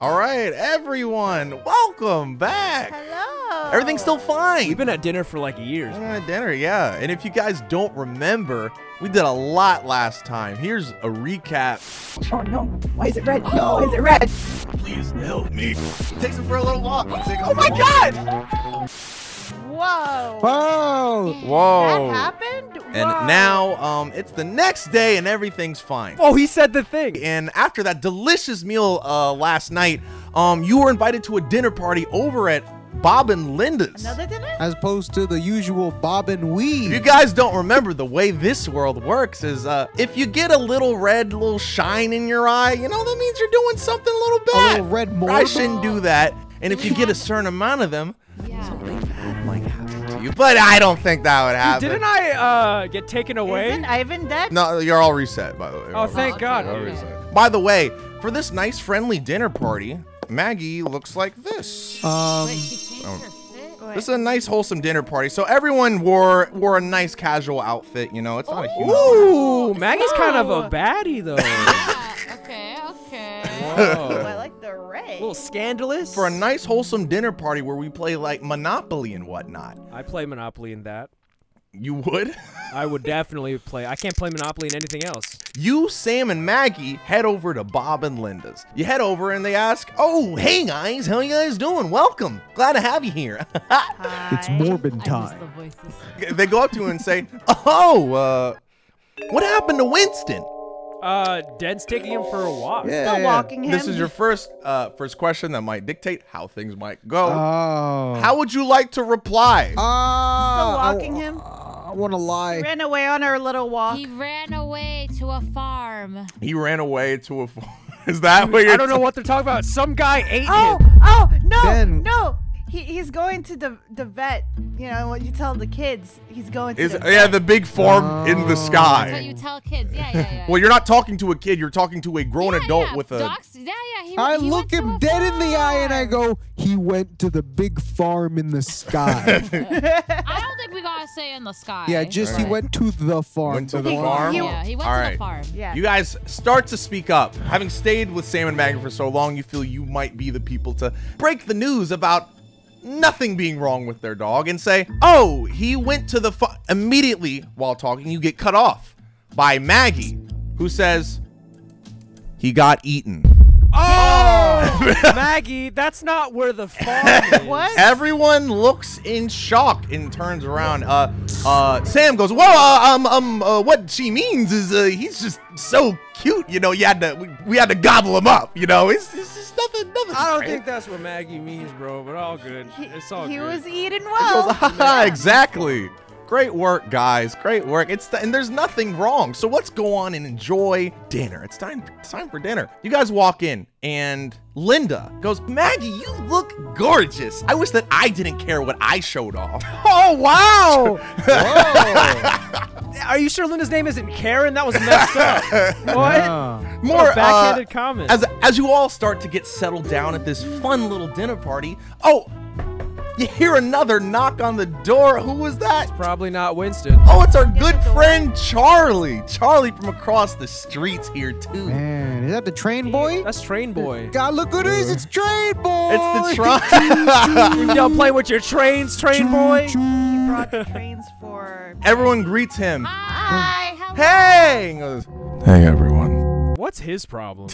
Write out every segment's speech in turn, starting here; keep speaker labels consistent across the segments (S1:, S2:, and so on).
S1: All right, everyone, welcome back.
S2: Hello.
S1: Everything's still fine.
S3: We've been at dinner for like years.
S1: We're at dinner, yeah. And if you guys don't remember, we did a lot last time. Here's a recap.
S2: Oh no! Why is it red? No! Is it red?
S1: Please help me. Takes him for a little walk.
S2: Oh my God! Whoa!
S4: Whoa!
S1: Whoa.
S2: That happened. Whoa.
S1: And now, um, it's the next day and everything's fine.
S3: Oh, he said the thing.
S1: And after that delicious meal uh, last night, um, you were invited to a dinner party over at Bob and Linda's.
S2: Another dinner?
S4: As opposed to the usual bob and
S1: If you
S4: weave.
S1: guys don't remember, the way this world works is uh, if you get a little red, little shine in your eye, you know, that means you're doing something a little
S4: A
S1: bad.
S4: little red
S1: I
S4: mortar.
S1: shouldn't do that. And if you get a certain amount of them,
S2: Yeah.
S1: to you, but I don't think that would happen.
S3: Didn't I uh get taken away?
S2: Isn't Ivan dead?
S1: No, you're all reset, by the way.
S3: Oh, thank God.
S1: You're all reset. By the way, for this nice friendly dinner party, Maggie looks like this.
S4: Um,
S2: Wait.
S1: This is a nice wholesome dinner party. So everyone wore wore a nice casual outfit, you know. It's not a huge
S3: Ooh, Maggie's kind of a
S2: No.
S3: baddie though.
S5: okay, okay.
S2: Oh,
S3: Whoa.
S2: I like the red.
S3: A little scandalous.
S1: for a nice wholesome dinner party where we play like Monopoly and whatnot.
S3: I play Monopoly in that.
S1: You would?
S3: I would definitely play. I can't play Monopoly in anything else.
S1: You, Sam, and Maggie head over to Bob and Linda's. You head over and they ask, "Oh, hey guys, how you guys doing? Welcome. Glad to have you here."
S4: it's
S2: Hi.
S4: Morbin
S5: I miss the
S4: time.
S5: voices.
S1: they go up to him and say, "Oh, uh, what happened to Winston?"
S3: Uh, Den's taking him for a walk.
S4: Yeah,
S2: Still
S4: yeah.
S2: walking him.
S1: This is your first uh, first question that might dictate how things might go.
S4: Oh.
S1: how would you like to reply? Oh,
S4: Ah,
S2: walking
S4: I,
S2: him?
S4: I want to lie.
S2: Ran away on our little walk.
S5: He ran away to a farm.
S1: he ran away to a. fo- Is that what you're?
S3: I don't know what they're talking about. Some guy ate
S2: Oh,
S3: him.
S2: oh, no,
S4: Then-
S2: no. He, he's going to the the vet. You know what you tell the kids. He's going to
S1: Is
S2: the
S1: yeah, the big form in the
S5: Oh. That's what
S1: sky.
S5: you tell kids. Yeah, yeah, yeah.
S1: Well, you're not talking to a kid. You're talking to a grown
S5: yeah,
S1: adult
S5: yeah.
S1: with a.
S5: Docs, yeah, yeah. He,
S4: I
S5: he
S4: look
S5: went to
S4: him
S5: a
S4: dead in the eye and I
S5: farm.
S4: go, he went to the big farm in the sky.
S5: I don't think we gotta say in the sky.
S4: yeah, just he went to the farm.
S1: Went to the
S4: one-
S1: farm.
S5: Yeah, he went
S1: All
S5: to
S1: right.
S5: the farm.
S2: yeah.
S1: You guys start to speak up. Having stayed with Sam and Maggie for so long, you feel you might be the people to break the news about nothing being wrong with their dog and say, "Oh, he went to the fu-. immediately." While talking, you get cut off by Maggie, who says, "He got eaten."
S3: Oh, Maggie, that's not where the farm is.
S2: What?
S1: Everyone looks in shock and turns around. Uh, uh, Sam goes, "Well, uh, um, um, uh, what she means is uh, he's just so cute, you know. You had to, we, we had to gobble him up, you know. It's, it's just nothing, nothing."
S3: I don't think that's what Maggie means, bro. But all good.
S2: He,
S3: It's all
S2: he
S3: good.
S2: was eating
S1: Goes,
S2: well.
S1: "Ah, exactly. Great work, guys. Great work. It's th- and there's nothing wrong. So let's go on and enjoy dinner. It's time. It's time for dinner. You guys walk in, and Linda goes, "Maggie, you look gorgeous. I wish that I didn't care what I showed off."
S3: Oh wow!
S4: Whoa.
S3: Are you sure Linda's name isn't Karen? That was messed up. what?
S4: Ah.
S1: More
S3: a backhanded
S1: uh,
S3: comment.
S1: As as you all start to get settled down at this fun little dinner party. Oh, you hear another knock on the door. Who was that?
S3: Probably not Winston.
S1: Oh, it's our good friend Charlie. Charlie from across the streets here too.
S4: Man, is that the train boy?
S3: That's Train Boy.
S4: God, look who it is. It's train boy.
S1: It's the truck.
S3: you don't play with your trains, Train Boy.
S2: He brought trains for.
S1: Everyone greets him.
S5: Hi. How
S1: Hey! He goes, Hey everyone.
S3: What's his problem?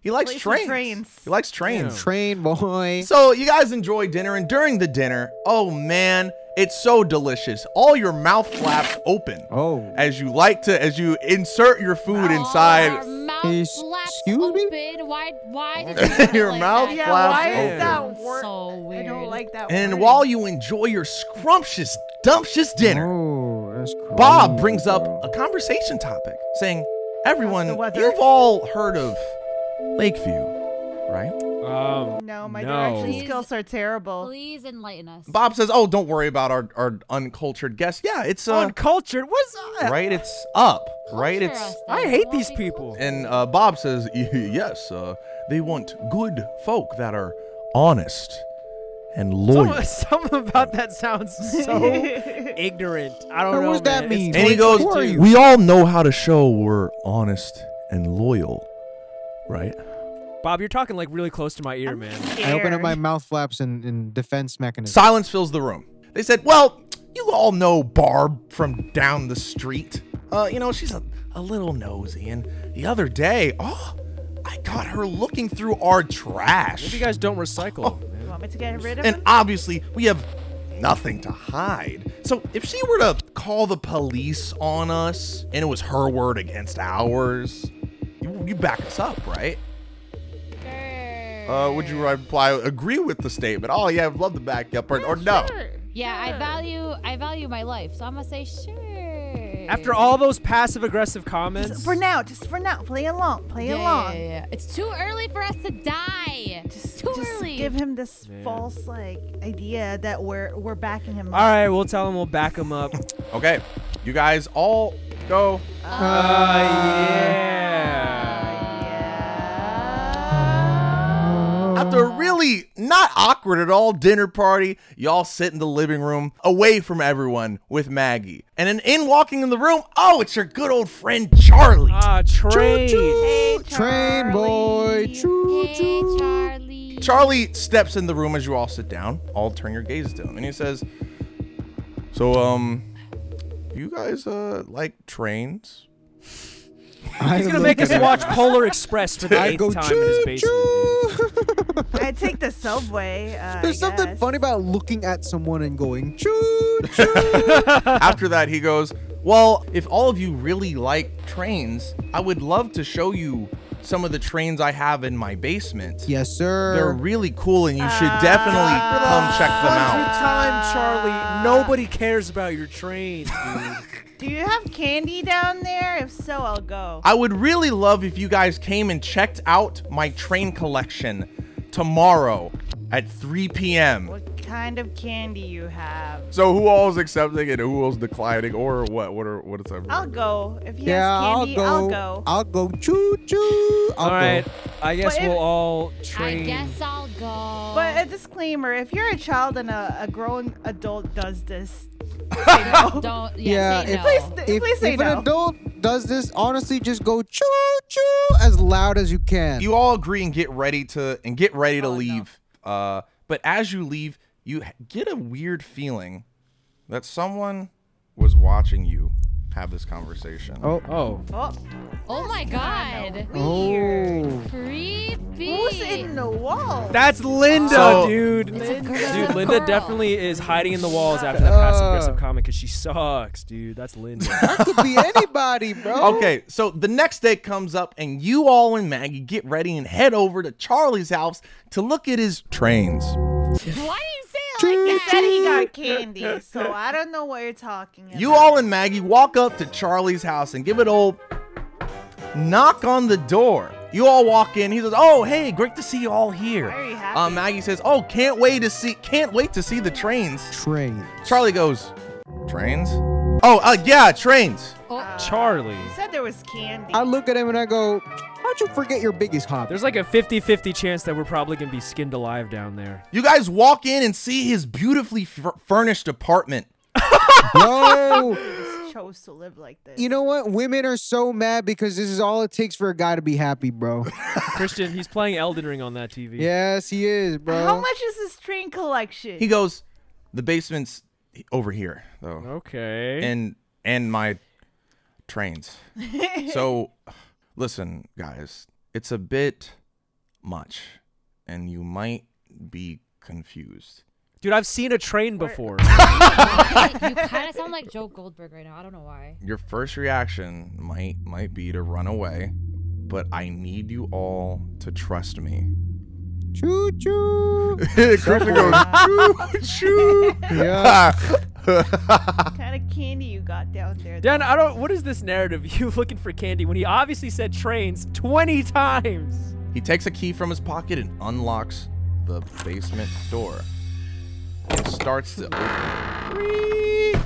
S1: He likes
S2: Plays with
S1: trains.
S2: trains.
S1: He likes trains.
S4: Train boy.
S1: So you guys enjoy dinner, and during the dinner, oh man, it's so delicious. All your mouth flaps open.
S4: Oh.
S1: As you like to, as you insert your food
S5: Oh, Our
S1: inside.
S5: mouth
S4: Is-
S5: flaps
S4: excuse me?
S5: open. Why? Why did you do it
S1: Your
S5: like
S1: mouth
S5: that?
S2: Oh, Yeah,
S1: flaps
S2: why
S1: open.
S2: is
S4: Oh.
S2: that
S5: Sounds
S2: word?
S5: so
S2: I don't
S5: weird.
S2: like that.
S1: And
S2: word.
S1: while you enjoy your scrumptious, dumptious dinner,
S4: Oh, that's crazy.
S1: Bob brings up a conversation topic, saying, "Everyone,
S2: the weather?"
S1: you've all heard of Lakeview, right?"
S3: Um,
S2: No, my
S3: No.
S2: direction
S5: Please-
S2: skills are terrible.
S5: Please enlighten us.
S1: Bob says, "Oh, don't worry about our, our uncultured guest. Yeah, it's uh,
S3: uncultured. What's that?
S1: right, it's up, right,
S5: Culture
S1: it's."
S5: us then.
S3: I
S5: You
S3: hate
S5: want
S3: these
S5: me-
S3: people.
S1: And uh, Bob says, "Y- yes, uh, they want good folk that are honest and loyal.
S3: Some- Something about that sounds so ignorant. I don't
S4: What
S3: know.
S4: does that
S3: man. It's
S4: mean?
S1: And he goes,
S3: 2022.
S1: we all know how to show we're honest and loyal, right?
S3: Bob, you're talking like really close to my ear, man.
S4: I open up
S2: Scared.
S4: my mouth flaps in, in defense mechanism.
S1: Silence fills the room. They said, Well, you all know Barb from down the street. Uh, you know, she's a, a little nosy. And the other day, oh, I got her looking through our
S3: You
S1: trash.
S3: guys don't recycle. man.
S2: You want me to get rid of
S1: And
S2: him?
S1: obviously, we have nothing to hide. So if she were to call the police on us and it was her word against ours, you, you back us up, right? Uh, would you reply, agree with the statement? Oh, yeah, I'd love to back you up, or, or no?
S5: Yeah, I value I value my life, so I'm gonna say sure.
S3: After all those passive aggressive comments,
S2: For now, just for now. Play along. Play
S5: yeah, yeah,
S2: along.
S5: yeah, yeah. it's too early for us to die. It's too
S2: Just
S5: early.
S2: give him this false like idea that we're we're backing him.
S3: all right, we'll tell him we'll back him up.
S1: Okay, you guys all go. After a really not awkward at all dinner party, y'all sit in the living room away from everyone with Maggie. And then in walking in the room, oh, it's your good old friend Charlie.
S3: Ah, trade.
S2: Hey,
S4: Train boy,
S2: Charlie.
S4: choo
S5: Hey,
S4: choo.
S5: Charlie.
S1: Charlie steps in the room as you all sit down. All turn your gaze to him, and he says, "So, um, you guys uh like trains?"
S3: He's gonna make us watch Polar Express for the
S4: I
S3: eighth
S4: go
S3: time in his
S4: choo
S3: basement.
S4: choo.
S2: I take the subway. Uh, I
S4: There's something
S2: guess.
S4: funny about looking at someone and going choo choo.
S1: After that, he goes, "Well, if all of you really like trains, I would love to show you some of the trains I have in my basement.
S4: yes,
S1: They're
S4: sir.
S1: really cool, and you should definitely come check them
S3: Hundredth
S1: out."
S3: time, Charlie. Nobody cares about your train, dude.
S2: Do you have candy down there? If so, I'll go.
S1: I would really love if you guys came and checked out my train collection tomorrow at 3 p.m.
S2: What kind of candy you have?
S1: So who all is accepting and who all's declining, or what? What are what is that?
S2: I'll go. If he
S4: yeah,
S2: has candy,
S4: I'll go.
S2: I'll go.
S4: I'll go choo choo. I'll
S3: all right,
S4: go.
S3: I guess
S2: But if-
S3: we'll all
S5: I
S3: train.
S5: guess I'll go.
S4: Um,
S2: But a disclaimer: if you're a child and a, a grown adult does this,
S5: don't.
S4: Yeah,
S5: Yeah, say
S4: if-
S5: no.
S2: please,
S4: If,
S2: please say
S4: if
S2: no.
S4: an adult does this, honestly, just go choo choo as loud as you can.
S1: You all agree and get ready to and get ready to
S2: Oh, no.
S1: leave. Uh, but as you leave, you h- get a weird feeling that someone was watching you have this conversation.
S4: oh.
S3: Oh,
S2: oh,
S5: Oh my god.
S4: Oh.
S5: Creepy.
S2: who's in the wall?
S3: that's Linda,
S1: So-
S3: dude.
S5: It's a girl. It's
S3: Dude,
S5: a
S3: Linda
S5: girl.
S3: definitely is hiding in the walls after that passive aggressive
S4: Uh.
S3: comment because she sucks, dude. That's Linda.
S4: Could be anybody, bro.
S1: Okay, so the next day comes up, and you all and Maggie get ready and head over to Charlie's house to look at his trains.
S5: Why do you say it like
S4: Choo
S2: He said he
S4: choo.
S2: got candy, so I don't know what you're talking about.
S1: You all and Maggie walk up to Charlie's house and give it old knock on the door. You all walk in. He says, "Oh, hey, great to see you all here."
S2: Very happy.
S1: Uh, Maggie says, "Oh, can't wait to see, can't wait to see the trains."
S4: Train.
S1: Charlie goes, "Trains? Oh, uh, yeah, trains."
S5: Oh,
S3: Charlie.
S2: You said there was candy.
S4: I look at him and I go, How'd you forget your biggest hobby?
S3: There's like a 50 50 chance that we're probably going to be skinned alive down there.
S1: You guys walk in and see his beautifully f- furnished apartment.
S4: Bro,
S2: chose to live like this.
S4: you know what? Women are so mad because this is all it takes for a guy to be happy, bro.
S3: Christian, he's playing Elden Ring on that TV.
S4: yes, he is, bro.
S2: How much is this train collection?
S1: He goes, "The basement's over here, though."
S3: Okay.
S1: and and my trains. so listen, guys, it's a bit much and you might be confused.
S3: Dude, I've seen a train before.
S5: you kind of sound like Joe Goldberg right now. I don't know why.
S1: Your first reaction might might be to run away, but I need you all to trust me.
S4: Choo choo.
S1: Christian goes, choo,
S4: Yeah.
S1: Ah,
S2: what kind of candy you got down there?
S3: Dan, I don't. What is this narrative? You looking for candy when he obviously said trains 20 times?
S1: He takes a key from his pocket and unlocks the basement door and starts to open. it.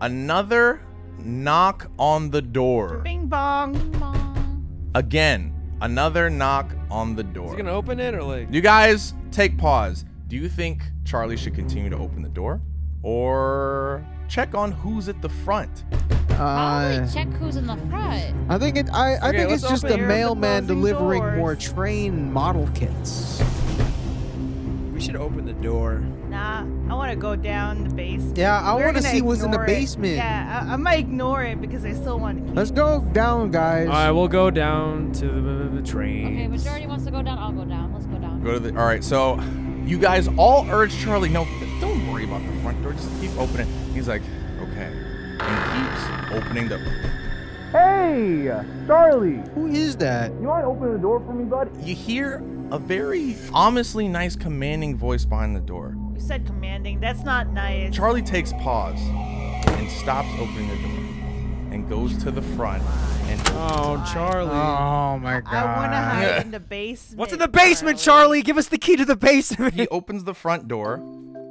S1: Another knock on the door.
S2: Bing bong.
S5: Come on.
S1: Again, another knock on the
S3: Is
S1: door.
S3: he gonna open it or like?
S1: You guys take pause. Do you think Charlie should continue to open the door or check on who's at the front?
S5: Probably
S4: Uh,
S5: check who's in the front.
S4: I think it. I, I
S3: Okay,
S4: think
S3: let's
S4: it's just
S3: open
S4: the
S3: here
S2: the
S4: mailman
S2: closing
S4: delivering
S2: doors.
S4: more train model kits.
S3: We should open the door.
S2: Nah, I want to go down the basement.
S4: Yeah, I
S2: We're
S4: want to
S2: gonna
S4: see what's in the
S2: ignore it.
S4: basement.
S2: Yeah, I, I'm gonna ignore it because I still want to.
S4: Let's go down, guys.
S3: All right, we'll go down to the, the train.
S5: Okay, majority wants to go down. I'll go down. Let's go down.
S1: Go to the. All right, so you guys all urge Charlie. No, don't worry about the front door. Just keep opening. He's like, okay, and keeps opening the. Hey, Charlie,
S4: Who is that?
S1: you mind opening the door for me, bud? You hear a very ominously nice, commanding voice behind the door.
S2: You said commanding. That's not nice.
S1: Charlie takes pause and stops opening the door and goes to the front and
S3: Oh, Charlie.
S4: Oh my god.
S2: I want to hide
S1: Yeah.
S2: in the basement.
S3: What's in the basement, Charlie? Give us the key to the basement.
S1: he opens the front door.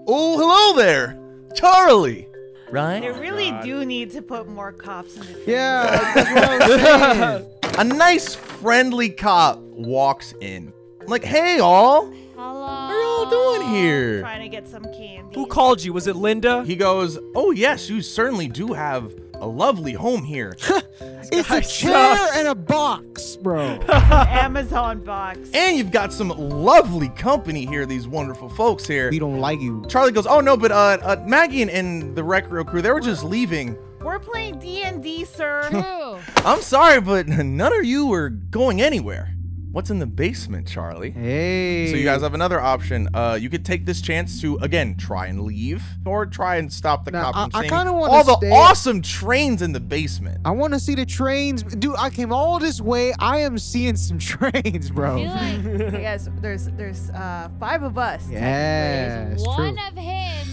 S1: Oh, hello there, Charlie. Right?
S4: Oh
S2: They really do need to put more cops in the. train.
S4: Yeah, that's what I was saying.
S1: A nice, friendly cop walks in. Like, hey, all, what
S5: Hello.
S1: are y'all doing here?
S2: Trying to get some candy.
S3: Who called you? Was it Linda?
S1: He goes, oh, yes, you certainly do have a lovely home here.
S4: It's a chair and a box, bro.
S2: Amazon box.
S1: and you've got some lovely company here, these wonderful folks here.
S4: we don't like you.
S1: Charlie goes, oh, no, but uh, uh, Maggie and, and the Recreo crew, they were just leaving.
S2: We're playing D and D, sir.
S5: True.
S1: I'm sorry, but none of you are going anywhere. What's in the basement, Charlie?
S4: Hey.
S1: So you guys have another option. Uh, you could take this chance to again try and leave, or try and stop the
S4: Now,
S1: cop from
S4: I- I
S1: seeing
S4: kinda wanna
S1: all the
S4: stay-
S1: awesome trains in the basement.
S4: I want to see the trains, dude. I came all this way. I am seeing some trains,
S5: I feel
S4: bro.
S5: like there's
S2: yes, there's there's uh five of us.
S4: Yeah, it's true.
S5: one of him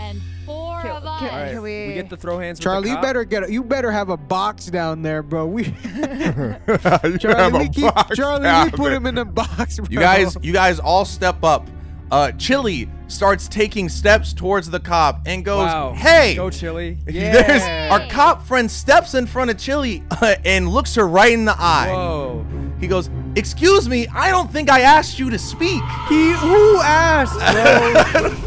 S5: and four
S2: Can-
S5: of us.
S2: can-
S3: All right,
S2: Can we-
S3: we get the throw hands. with
S4: Charlie,
S3: the
S4: you
S3: cop?
S4: better get. You better have a box down there, bro. We
S1: you
S4: Charlie, we keep Charlie, we put him in the box. Bro.
S1: You guys, you guys all step up. Uh, Chili starts taking steps towards the cop and goes,
S3: Wow.
S1: "Hey,
S3: Go, Chili.
S1: There's
S4: Yeah.
S1: our cop friend steps in front of Chili uh, and looks her right in the eye.
S3: Whoa.
S1: He goes, "Excuse me, I don't think I asked you to speak."
S3: He who asked, bro?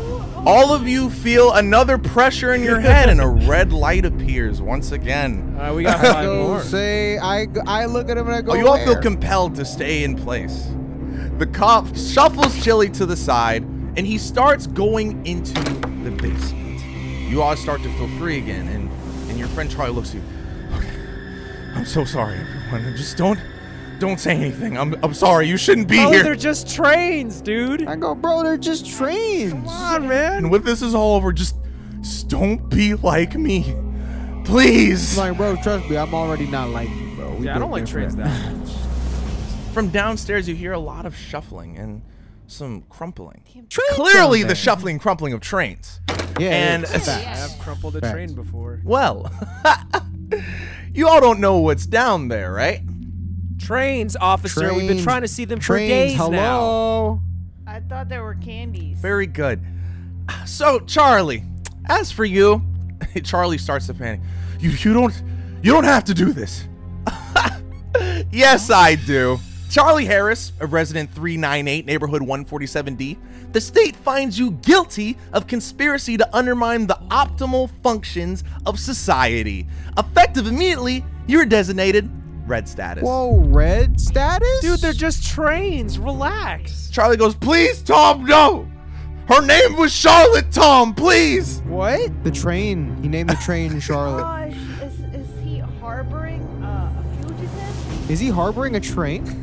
S1: All of you feel another pressure in your head, and a red light appears once again.
S3: All right, we got five
S4: So
S3: more.
S4: say I, I look at him and I go.
S1: Oh, you all feel
S4: "Where?"
S1: compelled to stay in place. The cop shuffles Chili to the side, and he starts going into the basement. You all start to feel free again, and, and your friend Charlie looks at you. Okay, I'm so sorry, everyone. Just don't don't say anything. I'm I'm sorry. You shouldn't be
S3: Oh,
S1: here.
S3: they're just trains, dude.
S4: I go, bro. They're just trains.
S3: Come on, man.
S1: And when this is all over, just, just don't be like me, please.
S4: I'm like, bro, trust me, I'm already not like you, bro. We
S3: Yeah, I don't
S4: built
S3: like trains
S4: different.
S3: that much.
S1: From downstairs, you hear a lot of shuffling and some crumpling.
S4: Train
S1: Clearly, the
S4: sounds bad.
S1: shuffling, crumpling of trains.
S4: Yeah,
S1: and
S4: yeah,
S1: it's-
S5: Yeah.
S3: I've crumpled a
S4: Facts.
S3: train before.
S1: well, you all don't know what's down there, right?
S3: Trains, officer. We've been
S4: Trains,
S3: trying to see them for
S4: trains.
S3: days now.
S4: hello.
S2: I thought there were candies.
S1: Very good. So, Charlie, as for you, Charlie starts to panic. You, you don't, you don't have to do this. yes, I do. Charlie Harris, a resident 398, neighborhood 147D, the state finds you guilty of conspiracy to undermine the optimal functions of society. Effective immediately, you're designated red status.
S4: Whoa, red status,
S3: Dude, they're just trains. Relax.
S1: Charlie goes, Please, Tom, no! Her name was Charlotte Tom, please!
S4: what? The train. He named the train Charlotte.
S2: Gosh, is, is he harboring uh, a fugitive?
S4: Is he harboring a train?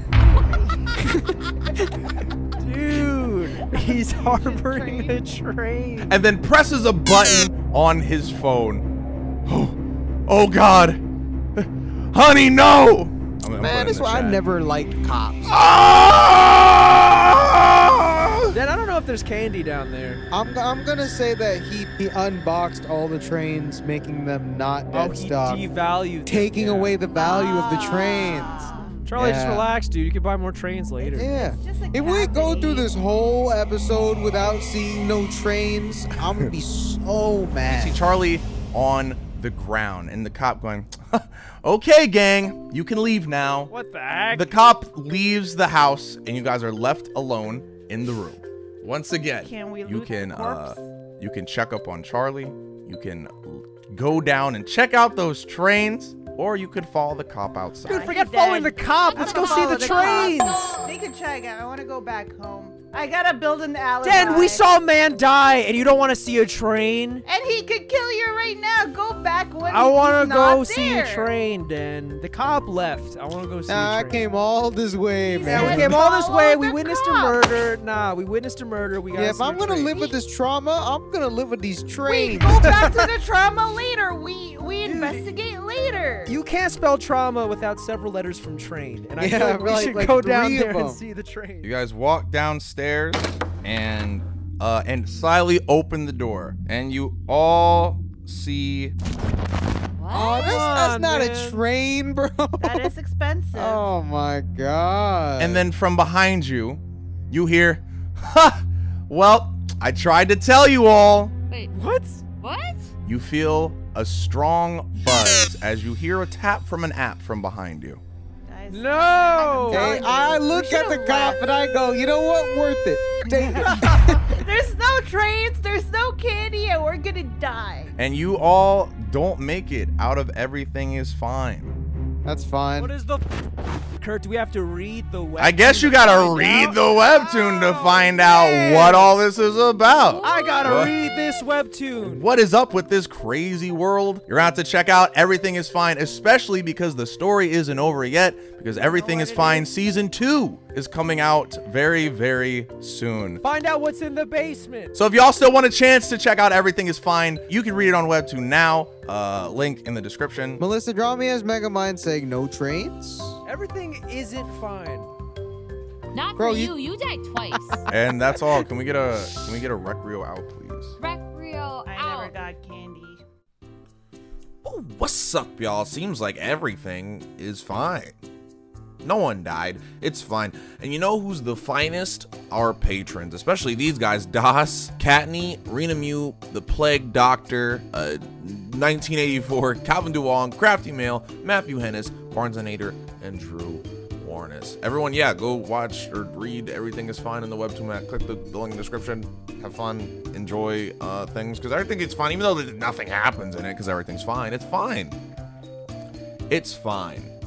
S3: Dude, he's harboring a train.
S1: and then presses a button on his phone. Oh, oh God, honey, no! I'm gonna put it in
S4: Man, that's
S1: the
S4: why I
S1: chat.
S4: never liked cops.
S1: Ah!
S3: Then I don't know if there's candy down there.
S4: I'm, I'm gonna say that he he unboxed all the trains, making them not
S3: Oh,
S4: dead
S3: he
S4: stock,
S3: devalued. them,
S4: taking
S3: yeah. Ah.
S4: away the value of the trains.
S3: Charlie, just
S4: Yeah.
S3: relax, dude. You can buy more trains later.
S4: Yeah.
S2: It's just a
S4: If we go
S2: cavity.
S4: through this whole episode without seeing no trains, I'm gonna be so
S1: See
S4: mad.
S1: Charlie on the ground, and the cop going, "Okay, gang, you can leave now."
S3: What the heck?
S1: The cop leaves the house, and you guys are left alone in the room. Once again,
S2: Can we
S1: you
S2: loot the
S1: can
S2: corpse?
S1: uh, you can check up on Charlie. You can l- go down and check out those trains, or you could follow the cop outside.
S3: Dude,
S2: Nah,
S3: forget
S2: he's
S3: following the
S2: dead.
S3: cop. Let's go
S2: gonna
S3: see
S2: follow
S3: the
S2: the cop.
S3: trains.
S2: They could try again. I want to go back home. I gotta build an alibi.
S3: Dan, we saw a man die, and you don't want to see a train?
S2: And he could kill you right now. Go back when
S3: I
S2: want to
S3: go see a
S2: there.
S3: train, Dan. The cop left. I want to go see
S4: Nah,
S3: a
S4: I
S3: train.
S4: came all this way, man.
S3: Yeah, we
S2: And
S3: came all this
S2: follow
S3: way. We
S2: the
S3: witnessed a
S2: cop.
S3: murder. Nah, we witnessed a murder. We got.
S4: Yeah, if I'm gonna live with this trauma, I'm gonna live with these
S2: We
S4: trains.
S2: go back to the trauma later. We we investigate later.
S3: you can't spell trauma without several letters from train, and I
S4: Yeah,
S3: feel like we
S4: like-
S3: should
S4: like
S3: go down
S4: three of
S3: there and
S4: them.
S3: see the train.
S1: You guys walk downstairs and uh, and slyly open the door, and you all see
S5: What?
S4: Oh, that's,
S3: on,
S4: that's not
S3: man.
S4: a train, bro.
S2: That is expensive.
S4: Oh my god.
S1: And then from behind you, you hear, Ha! Well, I tried to tell you all.
S5: Wait,
S3: What?
S5: what?
S1: You feel a strong buzz as you hear a tap from an app from behind you.
S2: Guys,
S3: No.
S4: Hey, I look at the
S2: should've
S4: cop
S2: left.
S4: and I go, you know what? Worth it. Take it.
S2: There's no trains. There's no candy, and we're gonna die.
S1: And you all don't make it out of everything is fine.
S4: That's
S3: What
S4: fine.
S3: is the? Kurt, do we have to read the? Web
S1: I guess you gotta read the webtoon to find out what all this is about.
S3: Oh, I gotta
S1: What?
S3: read this webtoon.
S1: What is up with this crazy world? You're out to check out Everything is Fine, especially because the story isn't over yet, because Everything is Fine season 2 is coming out very, very soon.
S3: Find out what's in the basement.
S1: So if y'all still want a chance to check out Everything is Fine, you can read it on Webtoon now. Uh, link in the description.
S4: Melissa, draw me as Megamind saying no trains.
S3: Everything isn't fine.
S5: Not
S4: Bro,
S5: for
S4: you-
S5: you. You died twice.
S1: And that's all. Can we get a can we get a recreo out, please?
S5: Recreo
S2: I
S5: out.
S2: never got candy.
S1: Oh, what's up, y'all? Seems like everything is fine. No one died. It's fine. And you know who's the finest? Our patrons, especially these guys Das, Katney, Rena Mew, The Plague Doctor, uh, 1984, Calvin Duong, Crafty Mail, Matthew Hennis, Barnes and Nader, and Drew Warnes. Everyone, yeah, go watch or read Everything is Fine in the webtoon. app. Click the, the link in the description. Have fun. Enjoy uh, things because everything is fine, even though nothing happens in it because everything's fine. It's fine. It's fine.